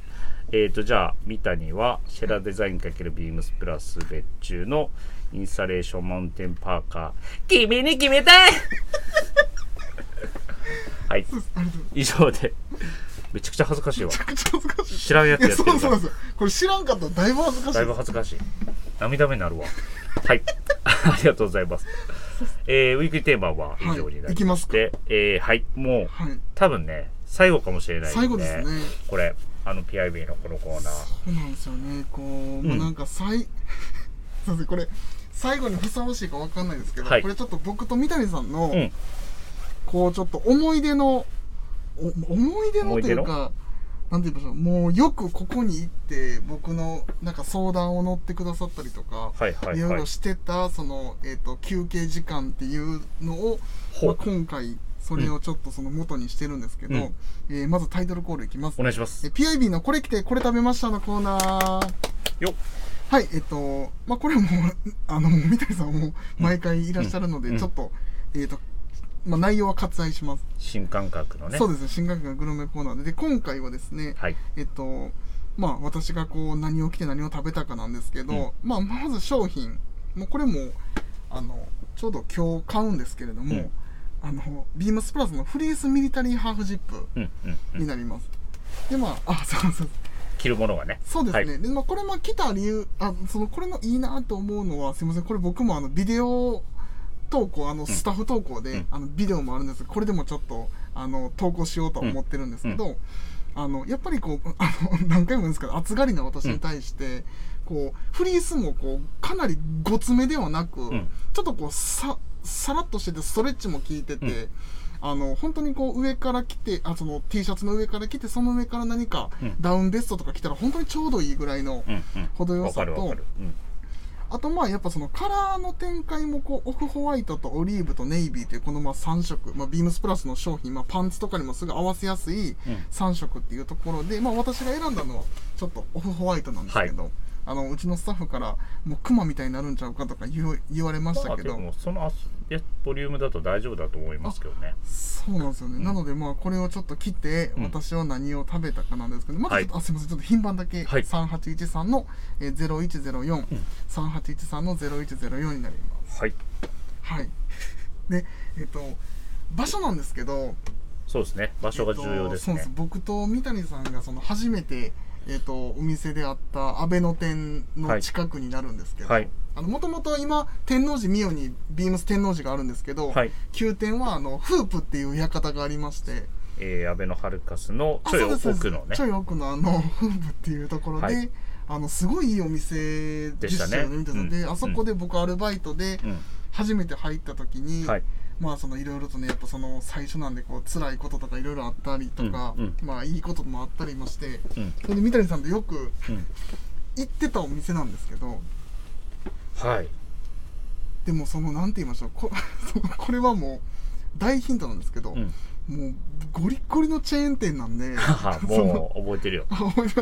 Speaker 1: えー、と、じゃあ、三谷は、シェラデザイン×ビームスプラス別注のインスタレーションマウンテンパーカー。君に決めたい はい、
Speaker 2: そうですありがとう
Speaker 1: 以上で。めちゃくちゃ恥ずかしいわ
Speaker 2: めち。ゃくちゃ恥ずかしい
Speaker 1: 知らんやつ
Speaker 2: い
Speaker 1: や
Speaker 2: や
Speaker 1: ってる
Speaker 2: そ
Speaker 1: から
Speaker 2: うそうそうこれ知らんかったらだいぶ恥ずかしい
Speaker 1: だいぶ恥ずかしい。涙目になるわ。はい。ありがとうございます。えー、ウィークリーテーマは以上にな
Speaker 2: はいい
Speaker 1: り
Speaker 2: き
Speaker 1: ま
Speaker 2: ますす
Speaker 1: の
Speaker 2: か
Speaker 1: で、えー、はい、もう、
Speaker 2: はい
Speaker 1: 多分ね、最後かもしれないん
Speaker 2: 最後ですね
Speaker 1: これ、あの PIB のこのコーナー。
Speaker 2: そうなんですよねこう、も
Speaker 1: ん
Speaker 2: うなんか最 すいませんこれ最後にふさわしいかわかんないですけど、
Speaker 1: はい
Speaker 2: これちょっと僕と三谷さんの、
Speaker 1: うん
Speaker 2: こうちょっと思い出のお思い出のというかなんて言いましょうもうよくここに行って僕のなんか相談を乗ってくださったりと
Speaker 1: は
Speaker 2: か、
Speaker 1: いはいはい
Speaker 2: いろいろしてたその、えー、と休憩時間っていうのを、
Speaker 1: ほう
Speaker 2: まあ、今回それをちょっとその元にしてるんですけど、
Speaker 1: うん
Speaker 2: えーまずタイトルコールいきます
Speaker 1: お願いします
Speaker 2: え。PIB のこれ来てこれ食べましたのコーナー。
Speaker 1: よっ
Speaker 2: はい、えっと、まあ、これはもう、 あの、もう三谷さんも毎回いらっしゃるので、
Speaker 1: うん
Speaker 2: ちょっと、えっと、まあ、内容は割愛します。
Speaker 1: 新感覚のね。
Speaker 2: そうですね、新感覚のグルメコーナーで。で、今回はですね、
Speaker 1: はい。
Speaker 2: えっと、まあ、私がこう、何を着て何を食べたかなんですけど、まあ、まず商品、もうこれも、あの、ちょうど今日買うんですけれども、
Speaker 1: うん
Speaker 2: あの、ビームスプラスのフリースミリタリーハーフジップ
Speaker 1: うんうんうん。
Speaker 2: になります。で、まあ、あ、そうそう。
Speaker 1: 着るものがね。
Speaker 2: そうですね。
Speaker 1: はい
Speaker 2: で、まあ、これも来た理由、あ、その、これのいいなと思うのは、すいません、これ僕もあの、ビデオ投稿、あの、スタッフ投稿で、
Speaker 1: うん
Speaker 2: あの、ビデオもあるんですけどこれでもちょっと、あの、投稿しようとは思ってるんですけど、あのやっぱりこう あの何回も言うんですけど暑がりな私に対して、こうフリースもこうかなりごつめではなく、
Speaker 1: うん
Speaker 2: ちょっとこうささらっとしててストレッチも効いてて、
Speaker 1: うん
Speaker 2: あの本当にこう上から来てあその T シャツの上から来てその上から何か
Speaker 1: うん
Speaker 2: ダウンベストとか着たら本当にちょうどいいぐらいの
Speaker 1: うんうん
Speaker 2: 程よ
Speaker 1: わ
Speaker 2: さ
Speaker 1: かるわ
Speaker 2: と
Speaker 1: かる、うん
Speaker 2: あとまあやっぱそのカラーの展開もこうオフホワイトとオリーブとネイビーというこのまあ3色、まあ、ビームスプラスの商品、まあ、パンツとかにもすぐ合わせやすい
Speaker 1: うん
Speaker 2: 3色っていうところで、まあ、私が選んだのはちょっとオフホワイトなんですけど、あのうちのスタッフからもうクマみたいになるんちゃうかとか言う言われまし
Speaker 1: ま
Speaker 2: た
Speaker 1: あ
Speaker 2: け
Speaker 1: で
Speaker 2: ど、
Speaker 1: もそのあえボリュームだと大丈夫だと思いますけどね
Speaker 2: そうなんですよね、なのでまあこれをちょっと切って
Speaker 1: うん
Speaker 2: 私は何を食べたかなんですけど、まず
Speaker 1: はい
Speaker 2: ちょっとあすみませんちょっと品番だけ、
Speaker 1: はい
Speaker 2: 3813の、えー、0104、3813の0104になります。
Speaker 1: はい
Speaker 2: はい。 で、えっと、場所なんですけど、
Speaker 1: そうですね場所が重要です
Speaker 2: えっとそうで
Speaker 1: ね
Speaker 2: す、僕と三谷さんがその初めて、えっと、お店であった安倍の店の近くになるんですけど、
Speaker 1: はい
Speaker 2: あのもともと今天王寺美代にビームス天王寺があるんですけど、
Speaker 1: はい
Speaker 2: 旧店はあのフープっていう館がありまして
Speaker 1: えー、安倍のハルカスの
Speaker 2: あ
Speaker 1: ちょい
Speaker 2: そうですそうです
Speaker 1: 奥のね
Speaker 2: ちょい奥のあのフープっていうところで、
Speaker 1: はい
Speaker 2: あのすごいいいお店でしたよねみ
Speaker 1: でし
Speaker 2: た
Speaker 1: た
Speaker 2: い
Speaker 1: ね
Speaker 2: な、
Speaker 1: う
Speaker 2: で
Speaker 1: ん
Speaker 2: あそこで僕アルバイトで
Speaker 1: う
Speaker 2: 初めて入った時に、
Speaker 1: んはい
Speaker 2: まあそのいろいろとねやっぱその最初なんでこう辛いこととかいろいろあったりとか、
Speaker 1: うん
Speaker 2: まあいいこともあったりまして
Speaker 1: うん
Speaker 2: それで三谷さんとよく
Speaker 1: うん
Speaker 2: 行ってたお店なんですけど
Speaker 1: はい
Speaker 2: でもそのなんて言いましょうこ そのこれはもう大ヒントなんですけど、
Speaker 1: うん
Speaker 2: もうゴリッゴリのチェーン店なん で
Speaker 1: はは もう覚えてるよ
Speaker 2: あ思います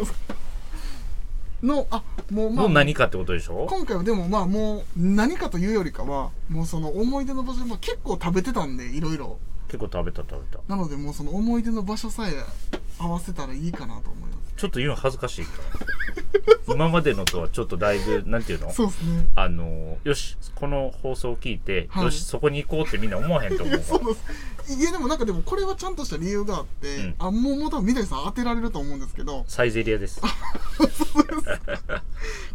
Speaker 2: のあも うま
Speaker 1: も
Speaker 2: あ
Speaker 1: う何かってことでしょ
Speaker 2: 今回はでもまあもう何かというよりかはもうその思い出の場所で、まあ、結構食べてたんでいろいろ
Speaker 1: 結構食べた食べた
Speaker 2: なのでもうその思い出の場所さえ合わせたらいいかなと思いま
Speaker 1: ちょっと言うの恥ずかしいから今までのとはちょっとだいぶなんていうの
Speaker 2: す。そうですね。
Speaker 1: あのよしこの放送を聞いて、
Speaker 2: はい
Speaker 1: よしそこに行こうってみんな思わへんと思う
Speaker 2: そ
Speaker 1: わ
Speaker 2: うです。いやでもなんかでもこれはちゃんとした理由があって、
Speaker 1: うん
Speaker 2: あもうもう多分三谷さん当てられると思うんですけど、
Speaker 1: サイゼリアです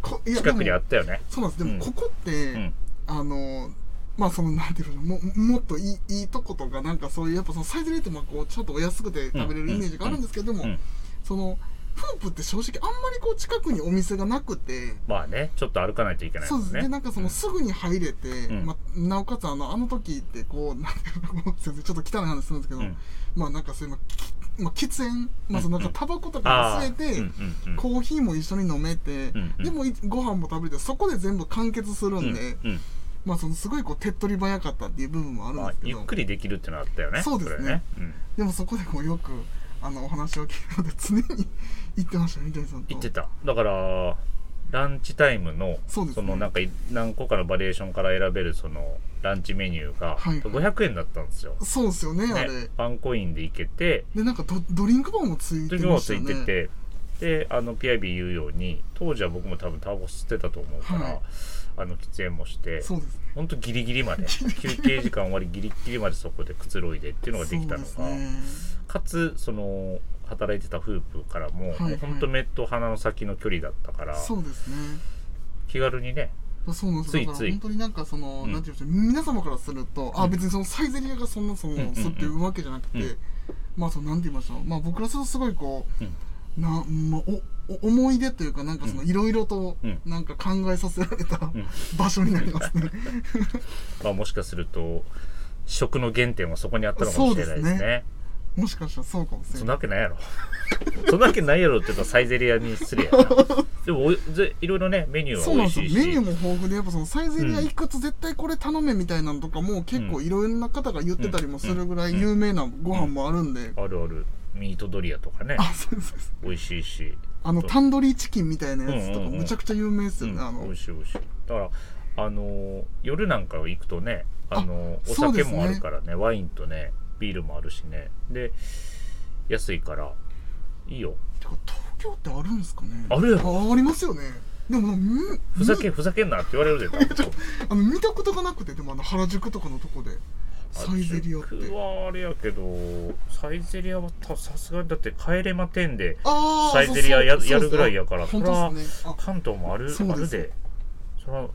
Speaker 2: こいや
Speaker 1: 近くにあ
Speaker 2: で
Speaker 1: っ
Speaker 2: も
Speaker 1: たよね
Speaker 2: そうなんです。で
Speaker 1: うん
Speaker 2: もここって、
Speaker 1: うん
Speaker 2: あのまあそのなんていうのももっといいいいとことかなんかそういうやっぱそのサイズレートもこうちょっとお安くて食べれるイメージがあるんですけども、
Speaker 1: うん
Speaker 2: そのフープって正直あんまりこう近くにお店がなくて。
Speaker 1: まあねちょっと歩かないといけない
Speaker 2: そ
Speaker 1: も
Speaker 2: うです
Speaker 1: ん
Speaker 2: ね
Speaker 1: ね
Speaker 2: なんかそのすぐに入れて、
Speaker 1: ん
Speaker 2: ま、なおかつあのあの時ってこうなんていうのすいませんちょっと汚い話するんですけど、
Speaker 1: うん
Speaker 2: まあなんかそういう、まきまあ、喫煙、まあ、そのなんかタバコと
Speaker 1: あ
Speaker 2: かも
Speaker 1: あ
Speaker 2: 吸えて、
Speaker 1: うんうんうん
Speaker 2: コーヒーも一緒に飲めて、
Speaker 1: うんうん
Speaker 2: でもいご飯も食べれてそこで全部完結するんで、
Speaker 1: うんうん
Speaker 2: まあそのすごいこう手っ取り早かったっていう部分もあるん
Speaker 1: ま
Speaker 2: で
Speaker 1: あ
Speaker 2: すけ
Speaker 1: ゆっ
Speaker 2: ど、
Speaker 1: くりできるってのあったよね
Speaker 2: そうですね
Speaker 1: れね、うん
Speaker 2: でもそこでこうよくあのお話を聞いたので常に行ってましたね三谷さんと
Speaker 1: 行ってただからランチタイムの
Speaker 2: そうですね
Speaker 1: のなんかい何個かのバリエーションから選べるそのランチメニューが
Speaker 2: はい
Speaker 1: 500円だったんですよ、
Speaker 2: そうですよねあれ
Speaker 1: ね、パンコインで行けて
Speaker 2: でなんかドドリンクバーもついて
Speaker 1: 時
Speaker 2: ま
Speaker 1: も
Speaker 2: した
Speaker 1: つ
Speaker 2: よ
Speaker 1: い
Speaker 2: ね
Speaker 1: てて、であの PIB 言うように当時は僕も多分タバコ吸ってたと思うから、
Speaker 2: はい
Speaker 1: あの喫煙もして
Speaker 2: そうですね
Speaker 1: ほんとギリギリまで休憩時間終わりギリギリまでそこでくつろいでっていうのができたの
Speaker 2: そ
Speaker 1: が、
Speaker 2: うですね
Speaker 1: かつその働いてたフープからも、
Speaker 2: はいはい
Speaker 1: ほんと目と鼻の先の距離だったから
Speaker 2: そうですね
Speaker 1: 気軽にね
Speaker 2: そうなんですよだ
Speaker 1: つい
Speaker 2: か
Speaker 1: つい
Speaker 2: ら本当になんかその、
Speaker 1: うん
Speaker 2: なんていうんでしょう皆様からすると、
Speaker 1: う
Speaker 2: あ
Speaker 1: ん
Speaker 2: 別にそのサイゼリアがそんなその、
Speaker 1: んうんうん
Speaker 2: そうっていうわけじゃなくて、
Speaker 1: うん
Speaker 2: まあそのなんて言いましょうまあ僕らするとすごいこう、
Speaker 1: うん
Speaker 2: なまあ、おお思い出というかなんかそのいろいろと
Speaker 1: うん
Speaker 2: なんか考えさせられた、
Speaker 1: ん
Speaker 2: 場所になりますね
Speaker 1: まあ、もしかすると食の原点はそこにあったのかもしれないです
Speaker 2: そうです
Speaker 1: ね。
Speaker 2: もしかしたらそうかもし
Speaker 1: そ
Speaker 2: れ
Speaker 1: んな
Speaker 2: な
Speaker 1: いわけないやろ。 そんなわけないやろっていうかサイゼリアに失礼 やな。でもおいぜいろいろねメニューは
Speaker 2: そう
Speaker 1: 美
Speaker 2: なん
Speaker 1: 味
Speaker 2: で
Speaker 1: し
Speaker 2: す
Speaker 1: い
Speaker 2: よ
Speaker 1: し。
Speaker 2: メニューも豊富でやっぱそのサイゼリア
Speaker 1: うん
Speaker 2: いくつ絶対これ頼めみたいなのとかも結構いろんな方が言ってたりもするぐら
Speaker 1: うん
Speaker 2: い有名なご飯もあるんで、
Speaker 1: あるあるミートドリアとかね
Speaker 2: あそうですそうです
Speaker 1: 美味しいし、
Speaker 2: あのタンドリーチキンみたいなやつと
Speaker 1: うんう
Speaker 2: か
Speaker 1: んうん
Speaker 2: むちゃくちゃ有名です
Speaker 1: う
Speaker 2: よね、
Speaker 1: ん
Speaker 2: あの
Speaker 1: 美味しい美味しいだからあのー夜なんか行くとねあのーお
Speaker 2: そう
Speaker 1: 酒
Speaker 2: ですね
Speaker 1: もあるからねワインとねビールもあるしねで安いからいいよ
Speaker 2: てか東京ってあるんですかね
Speaker 1: あるやろ
Speaker 2: あありますよねでもみ
Speaker 1: ふざけふざけんなって言われるで多分
Speaker 2: あの見たことがなくてでもあの原宿とかのとこで サイゼリアって
Speaker 1: 原宿はあれやけどサイゼリアはたさすがにだって帰れまてんで
Speaker 2: ああ
Speaker 1: サイゼリアややるぐらいやから
Speaker 2: 本当ですねあ
Speaker 1: 関東もある
Speaker 2: そう
Speaker 1: あ
Speaker 2: で
Speaker 1: る
Speaker 2: す
Speaker 1: でそ れは、うん、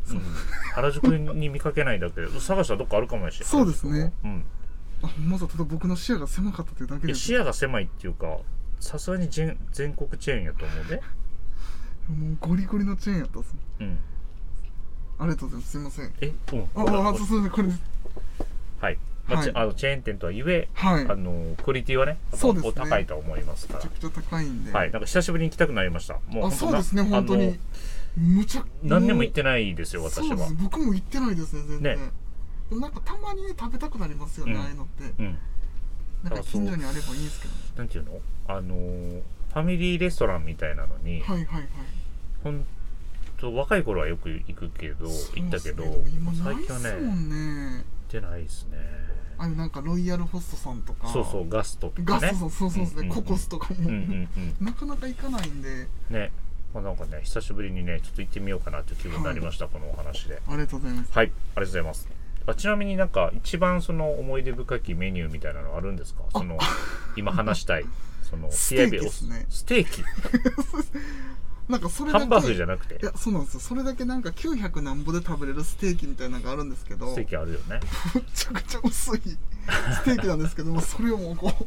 Speaker 1: 原宿に見かけないだけで探したらどっかあるかもしれない
Speaker 2: そうですね
Speaker 1: うん
Speaker 2: あまさただ僕の視野が狭かったというだけ
Speaker 1: い
Speaker 2: で
Speaker 1: や
Speaker 2: す
Speaker 1: 視野が狭いっていうかさすがに全全国チェーンやと思うね
Speaker 2: もうゴリゴリのチェーンやったっすね
Speaker 1: うん
Speaker 2: ありがとうございますすいません
Speaker 1: えうん
Speaker 2: ああそうそうこれです
Speaker 1: はい、まあ
Speaker 2: はい
Speaker 1: チェあのチェーン店とはいえ、
Speaker 2: はい
Speaker 1: あのクオリティはねやっぱ
Speaker 2: そうですね
Speaker 1: こう高いとは思いますか
Speaker 2: め
Speaker 1: ら
Speaker 2: ちゃくちゃ高いんで、
Speaker 1: はい、なんか久しぶりに行きたくなりましたもう
Speaker 2: あ
Speaker 1: 本当
Speaker 2: そう
Speaker 1: な
Speaker 2: ですね本当
Speaker 1: あの
Speaker 2: にむちゃ
Speaker 1: 何年も行ってないですよ私
Speaker 2: そうで
Speaker 1: は
Speaker 2: す僕も行ってないですね全然
Speaker 1: ね
Speaker 2: でもなんかたまにね食べたくなりますよね、
Speaker 1: うん
Speaker 2: ああいうのって
Speaker 1: うん
Speaker 2: なんか
Speaker 1: あそう
Speaker 2: 近所にあればいいんですけどね
Speaker 1: なんていうのあのーファミリーレストランみたいなのに、
Speaker 2: はいはいはい
Speaker 1: 本当若い頃はよく行くけど
Speaker 2: そう
Speaker 1: 行ったけど、
Speaker 2: ですねでも今
Speaker 1: 最
Speaker 2: ないっ
Speaker 1: 近は
Speaker 2: す
Speaker 1: ね
Speaker 2: もんね
Speaker 1: 行ってないですね
Speaker 2: あのなんかロイヤルホストさんとか
Speaker 1: そうそうガストとか
Speaker 2: ガス
Speaker 1: ね
Speaker 2: トさん、そうそうですね、
Speaker 1: んんん
Speaker 2: ココスとか
Speaker 1: うん
Speaker 2: も、
Speaker 1: うんうん
Speaker 2: なかなか行かないんで
Speaker 1: ね、まあ、なんかね久しぶりにねちょっと行ってみようかなという気分になりました、このお話で
Speaker 2: ありがとうございます
Speaker 1: はいありがとうございますあちなみになんか一番その思い出深きメニューみたいなのあるんですかその今話 したいその
Speaker 2: ステーキですね
Speaker 1: ステーキ
Speaker 2: なんかそれだ
Speaker 1: ハ
Speaker 2: け
Speaker 1: ンバーグじゃなくて
Speaker 2: いやそうなんですよそれだけなんか900なんぼで食べれるステーキみたいなのがあるんですけど
Speaker 1: ステーキあるよね
Speaker 2: めちゃくちゃ薄いステーキなんですけどもそれをもうこう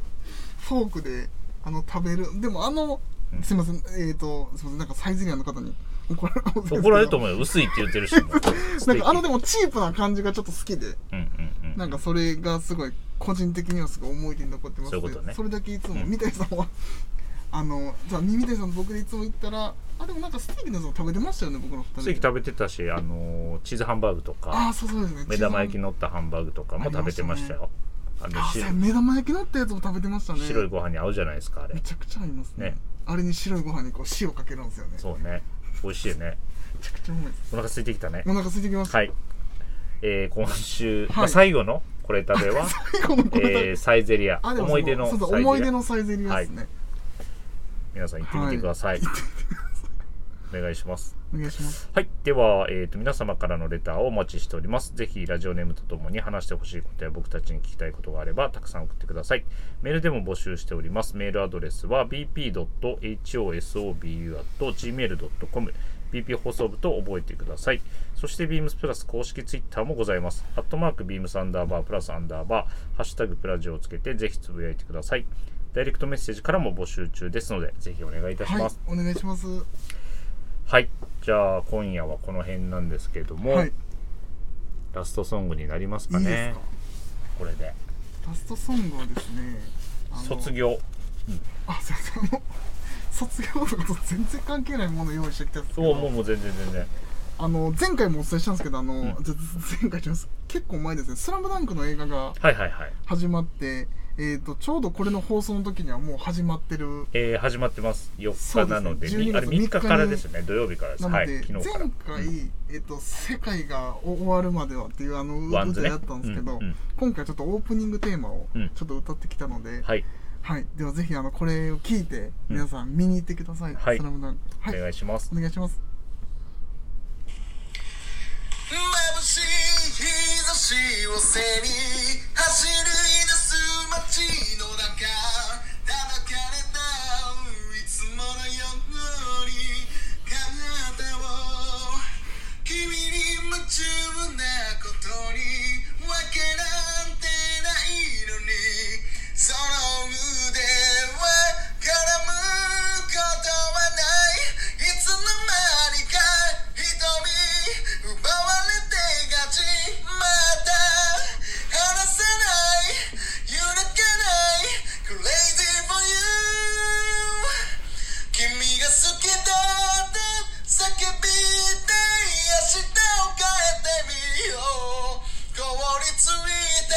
Speaker 2: フォークであの食べるでもあの
Speaker 1: うん
Speaker 2: すいませんえっ、とすいませんなんかサイゼリアの方に 怒られるかもしれないですけど
Speaker 1: 怒られると思うよ薄いって言ってるしもうステ ー
Speaker 2: なん
Speaker 1: キ
Speaker 2: かあのでもチープな感じがちょっと好きで
Speaker 1: うんうんうん
Speaker 2: なんかそれがすごい個人的にはすごい思い出に残ってます
Speaker 1: そういうことね
Speaker 2: それだけいつも、
Speaker 1: うん
Speaker 2: 三谷さんはあのじゃあ三谷さんと僕でいつも行ったらあでもなんかステーキのやつも食べてましたよね僕の二人で
Speaker 1: ステーキ食べてたしあのーチーズハンバーグと
Speaker 2: あ
Speaker 1: か
Speaker 2: あそうそうですね
Speaker 1: 目玉焼き
Speaker 2: の
Speaker 1: 乗ったハンバーグとかも食べてましたよあの
Speaker 2: あ
Speaker 1: し
Speaker 2: そう目玉焼きのってやつも食べてましたね
Speaker 1: 白いご飯に合うじゃないですかあれ
Speaker 2: めちゃくちゃ合いますね
Speaker 1: ね
Speaker 2: あれに白いご飯にこう塩かけるんですよね
Speaker 1: そうね美味しいよね
Speaker 2: めちゃくちゃうまいです
Speaker 1: お腹空いてきたね
Speaker 2: お腹空いてきました、
Speaker 1: はいえー今週、
Speaker 2: はい
Speaker 1: まあ、最後のこれ食べ は、
Speaker 2: 最後のこれだ、
Speaker 1: えーサイゼリア
Speaker 2: あでもそ
Speaker 1: 思い出の
Speaker 2: そうそう
Speaker 1: サイゼリア
Speaker 2: 思い出のサイゼリアですね、
Speaker 1: 皆さん行ってみてください、お願いします
Speaker 2: お願いします
Speaker 1: はい。では、えっ、と、皆様からのレターをお待ちしております。ぜひ、ラジオネームとともに話してほしいことや僕たちに聞きたいことがあれば、たくさん送ってください。メールでも募集しております。メールアドレスは bp.hosobu.gmail.com bp 放送部と覚えてください。そして、beams プラス公式ツイッターもございます。アットマーク beams アンダーバープラスアンダーバー、ハッシュタグプラジオをつけて、ぜひつぶやいてください。ダイレクトメッセージからも募集中ですので、ぜひお願いいたし
Speaker 2: はい
Speaker 1: ます。
Speaker 2: お願いします
Speaker 1: はい、じゃあ今夜はこの辺なんですけども、
Speaker 2: はい
Speaker 1: ラストソングになりますか
Speaker 2: いい
Speaker 1: ね
Speaker 2: ですか
Speaker 1: これで
Speaker 2: ラストソングはですねあの
Speaker 1: 卒業
Speaker 2: あすいませんあの卒業とかと全然関係ないもの用意してきたんですけ
Speaker 1: そうもう
Speaker 2: ど
Speaker 1: もう全然全然
Speaker 2: あの前回もお伝えしたんですけどあの、
Speaker 1: ん
Speaker 2: じゃ前回じゃないです結構前ですね「スラムダンクの映画が
Speaker 1: はいはいはい、
Speaker 2: 始まって、えー、とちょうどこれの放送の時にはもう始まってる
Speaker 1: えー、始まってます
Speaker 2: そ
Speaker 1: 4
Speaker 2: う
Speaker 1: 日
Speaker 2: です
Speaker 1: な
Speaker 2: ね
Speaker 1: のでみ
Speaker 2: 12
Speaker 1: あれ
Speaker 2: 月
Speaker 1: 3日から
Speaker 2: 3日に
Speaker 1: ですね土曜日からです
Speaker 2: なの
Speaker 1: はい
Speaker 2: で、
Speaker 1: 昨
Speaker 2: 前
Speaker 1: 日から
Speaker 2: 回、えっと、世界が終わるまではっていうあの
Speaker 1: ワンズ
Speaker 2: 歌
Speaker 1: ね
Speaker 2: やったんですけど、
Speaker 1: うんうん
Speaker 2: 今回ちょっとオープニングテーマを
Speaker 1: うん
Speaker 2: ちょっと歌ってきたので、はい、
Speaker 1: はい
Speaker 2: ではぜひあのこれを聞いて
Speaker 1: うん
Speaker 2: 皆さん見に行ってください。
Speaker 1: はい
Speaker 2: スラムダンク。は
Speaker 1: お
Speaker 2: い、
Speaker 1: 願いします
Speaker 2: お願いします。
Speaker 4: 眩しい日差しを背に走り出す街の中叩かれたいつものように体を君に夢中なことにわけなんてないのにその腕は絡むことはないいつの間にか瞳奪われてがちまた離さない揺らがない Crazy for you 君が好きだって叫びたい明日を変えてみよう凍りついて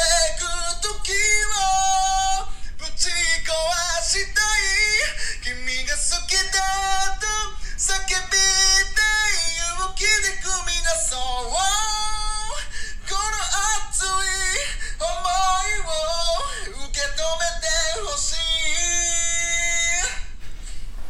Speaker 4: く時をぶち壊したい君が好きだと叫びたい勇気で組み出そうこの熱い想いを受け止めてほし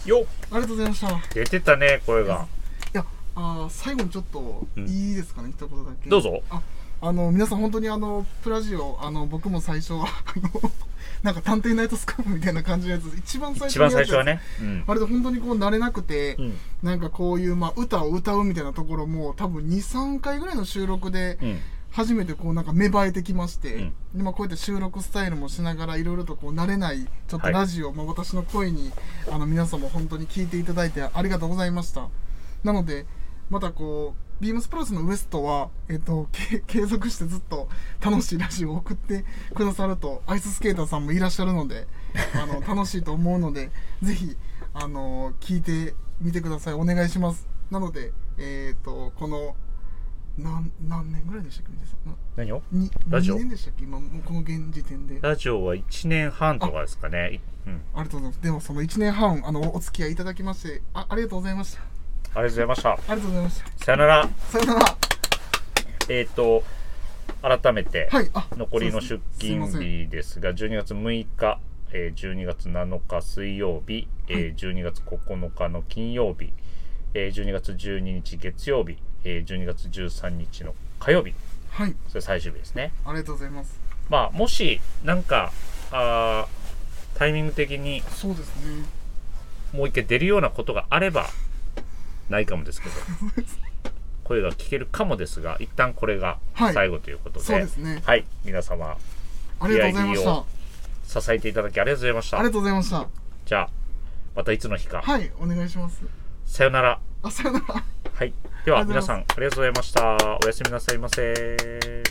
Speaker 4: い
Speaker 1: よっ
Speaker 2: ありがとうございました。い
Speaker 1: 出てたね声が
Speaker 2: や、あー最後にちょっと
Speaker 1: うん
Speaker 2: いいですかね、一言だけ。
Speaker 1: どうぞ
Speaker 2: ああの皆さん本当にあのプラジオあの僕も最初はあのなんか探偵ナイトスクープみたいな感じのやつ一番最初
Speaker 1: 一
Speaker 2: に
Speaker 1: 番
Speaker 2: やった
Speaker 1: 最
Speaker 2: やつ
Speaker 1: 初はねうん
Speaker 2: あれで本当にこう慣れなくて、
Speaker 1: うん
Speaker 2: なんかこういう、まあ、歌を歌うみたいなところも多分23回ぐらいの収録で
Speaker 1: うん
Speaker 2: 初めてこうなんか芽生えてきまして、
Speaker 1: うん
Speaker 2: でまあ、こうやって収録スタイルもしながらいろいろとこう慣れないちょっと
Speaker 1: はい
Speaker 2: ラジオ、まあ、私の声にあの皆さんも本当に聞いていただいてありがとうございましたなのでまたこうビームスプラスのウエストは、えっと、け継続してずっと楽しいラジオを送ってくださるとアイススケーターさんもいらっしゃるので あの楽しいと思うのでぜひあの聞いてみてくださいお願いしますなので、えっとこのなん何年ぐらいでしたっけ皆さんな
Speaker 1: 何を
Speaker 2: に
Speaker 1: ラジオ
Speaker 2: 2年でしたっけ今もうこの現時点であ
Speaker 1: ラジオは1年半とかですかね。いうん。
Speaker 2: りがとうございますでもその1年半あのおお付き合いいただきましてあありがとうございました
Speaker 1: ありがとうございました。
Speaker 2: ありがとうございました
Speaker 1: さよなら。
Speaker 2: さよなら
Speaker 1: えっ、と、改めて、
Speaker 2: はいあ
Speaker 1: 残りの
Speaker 2: そう
Speaker 1: 出
Speaker 2: ですね
Speaker 1: 勤
Speaker 2: すいません
Speaker 1: 日ですが、12月6日、えー12月7日水曜日、えー12月9日の金曜日、えー12月12日月曜日、えー12月13日の火曜日、
Speaker 2: はい
Speaker 1: それ最終日ですね。
Speaker 2: ありがとうございます
Speaker 1: まあ、もし、なんか、あータイミング的に
Speaker 2: そうですね
Speaker 1: もう一回出るようなことがあれば、ないかもです けど、声が聞けるかもですが、一旦これが
Speaker 2: はい
Speaker 1: 最後ということで、
Speaker 2: そうですね
Speaker 1: はい、皆様、
Speaker 2: ありがとうございま
Speaker 1: いや
Speaker 2: し
Speaker 1: いいよ
Speaker 2: た
Speaker 1: 支えていただきありがとうございまし
Speaker 2: あり
Speaker 1: た
Speaker 2: が。とうございました
Speaker 1: じゃあ、またいつの日か、
Speaker 2: はいお願いします
Speaker 1: さよなら。
Speaker 2: あさよなら
Speaker 1: はい。では、
Speaker 2: あり
Speaker 1: 皆
Speaker 2: がとうご
Speaker 1: さ
Speaker 2: ざい
Speaker 1: ん、ありがとうございました。おやすみなさいませ。